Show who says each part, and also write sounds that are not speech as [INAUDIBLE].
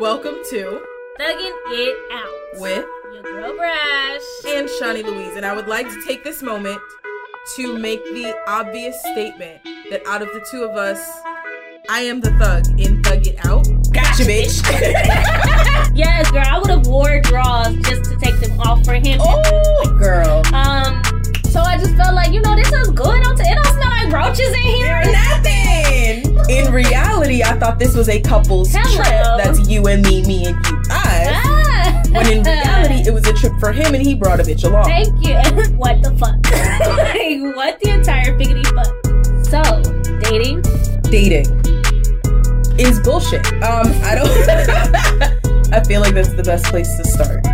Speaker 1: Welcome to
Speaker 2: Thugging It Out
Speaker 1: With
Speaker 2: your girl Brash.
Speaker 1: and Shawnee Louise, and I would like to take this moment to make the obvious statement that out of the two of us, I am the thug in Thug It Out. Gotcha, bitch. [LAUGHS]
Speaker 2: Yes, girl, I would have wore draws just to take them off for him.
Speaker 1: oh, girl.
Speaker 2: Um, so I just felt like you know this is good. Don't it don't smell like roaches in here.
Speaker 1: Nothing. In reality, I thought this was a couple's
Speaker 2: Hello.
Speaker 1: trip. That's you and me, me and you, us.
Speaker 2: Ah.
Speaker 1: When in reality, it was a trip for him, and he brought a bitch along.
Speaker 2: [LAUGHS] Thank you. [LAUGHS] what the fuck? like, what the entire figgity fuck? So, dating?
Speaker 1: dating [LAUGHS] is bullshit. Um, I don't. I feel like that's the best place to start.